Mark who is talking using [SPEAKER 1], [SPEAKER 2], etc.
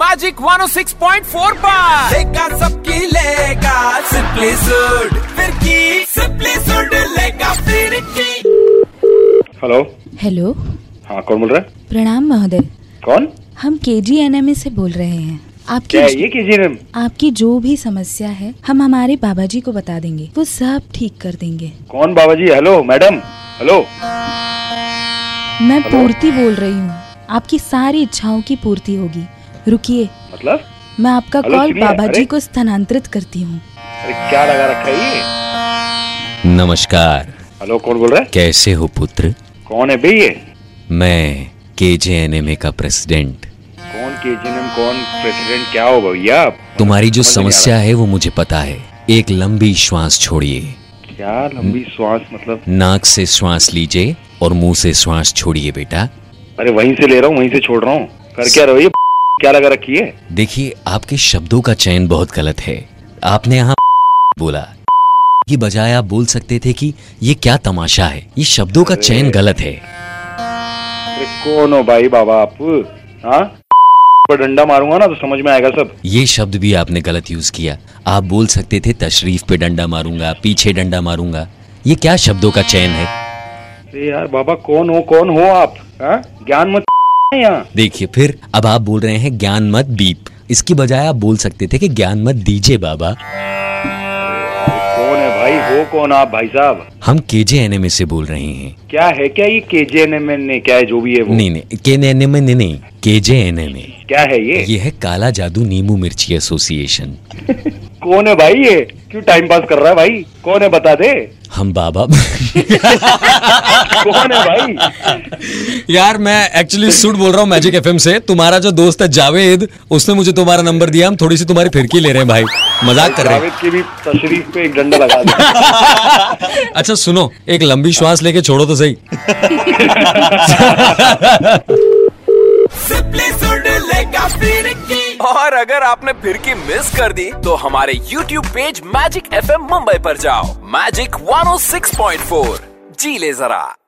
[SPEAKER 1] Magic 106.4 पर
[SPEAKER 2] लेगा सबकी लेगा सिंपली सूट फिर की सिंपली सूट लेगा फिर की
[SPEAKER 3] हेलो
[SPEAKER 4] हेलो
[SPEAKER 3] हाँ कौन बोल रहा है
[SPEAKER 4] प्रणाम महोदय
[SPEAKER 3] कौन
[SPEAKER 4] हम के जी से बोल रहे हैं आपकी
[SPEAKER 3] क्या है ये कीजिए मैम
[SPEAKER 4] आपकी जो भी समस्या है हम हमारे बाबा जी को बता देंगे वो सब ठीक कर देंगे
[SPEAKER 3] कौन बाबा जी हेलो मैडम हेलो
[SPEAKER 4] मैं पूर्ति बोल रही हूँ आपकी सारी इच्छाओं की पूर्ति होगी रुकिए
[SPEAKER 3] मतलब
[SPEAKER 4] मैं आपका
[SPEAKER 3] हेलो,
[SPEAKER 4] कॉल
[SPEAKER 3] सुनिए,
[SPEAKER 4] बाबा जी
[SPEAKER 3] अरे।
[SPEAKER 4] को स्थानांतरित करती हूँ
[SPEAKER 3] अरे क्या लगा रखा है ये
[SPEAKER 5] नमस्कार
[SPEAKER 3] हेलो कौन बोल रहा है
[SPEAKER 5] कैसे हो पुत्र
[SPEAKER 3] कौन है भई ये
[SPEAKER 5] मैं K J N M A का प्रेसिडेंट
[SPEAKER 3] कौन के कौन प्रेसिडेंट क्या हो भैया आप?
[SPEAKER 5] तुम्हारी जो
[SPEAKER 3] समझ में नहीं आ
[SPEAKER 5] समस्या है वो मुझे पता है एक लंबी श्वास छोड़िए
[SPEAKER 3] रहा। क्या लंबी श्वास मतलब
[SPEAKER 5] नाक से श्वास लीजिए और मुंह से श्वास छोड़िए बेटा
[SPEAKER 3] अरे वहीं से ले रहा हूँ वहीं से छोड़ रहा हूँ कर क्या रहो ये क्या लगा रखी है
[SPEAKER 5] देखिए आपके शब्दों का चयन बहुत गलत है आपने यहाँ बोला की बजाय आप बोल सकते थे कि ये क्या तमाशा है ये शब्दों का चयन गलत है
[SPEAKER 3] अरे कौन हो भाई बाबा आप हाँ पर डंडा मारूंगा ना तो समझ में आएगा सब
[SPEAKER 5] ये शब्द भी आपने गलत यूज किया आप बोल सकते थे तशरीफ पे डंडा मारूंगा पीछे डंडा मारूंगा ये क्या शब्दों का चयन है
[SPEAKER 3] अरे यार बाबा कौन हो कौन हो आप हाँ? ज्ञान मत है यहाँ
[SPEAKER 5] देखिए फिर अब आप बोल रहे हैं ज्ञान मत दीप इसकी बजाय आप बोल सकते थे कि ज्ञान मत दीजिए बाबा
[SPEAKER 3] कौन है भाई हो कौन आप भाई साहब
[SPEAKER 5] हम के जे एन एम से बोल रहे हैं
[SPEAKER 3] क्या है क्या ये के जे ने क्या है जो भी है वो
[SPEAKER 5] नहीं नहीं के एन एम नहीं नहीं K J N M A
[SPEAKER 3] क्या है ये
[SPEAKER 5] ये है काला जादू नींबू मिर्ची एसोसिएशन
[SPEAKER 3] कौन है भाई ये क्यों टाइम पास कर रहा है भाई कौन है बता दे
[SPEAKER 5] हम बाबा
[SPEAKER 3] कौन है भाई
[SPEAKER 5] यार मैं एक्चुअली सूट बोल रहा हूँ मैजिक एफएम से तुम्हारा जो दोस्त है जावेद उसने मुझे तुम्हारा नंबर दिया हम थोड़ी सी तुम्हारी फिरकी ले रहे हैं भाई मजाक कर रहे हैं
[SPEAKER 3] जावेद की भी तशरीफ पे एक डंडा लगा दे
[SPEAKER 5] अच्छा सुनो एक लंबी श्वास लेके छोड़ो तो सही
[SPEAKER 2] सिंपली सूट लेगा फिर की
[SPEAKER 1] और अगर आपने फिर की मिस कर दी तो हमारे YouTube oh page magic FM Mumbai पर जाओ मैजिक 106.4 जी ले जरा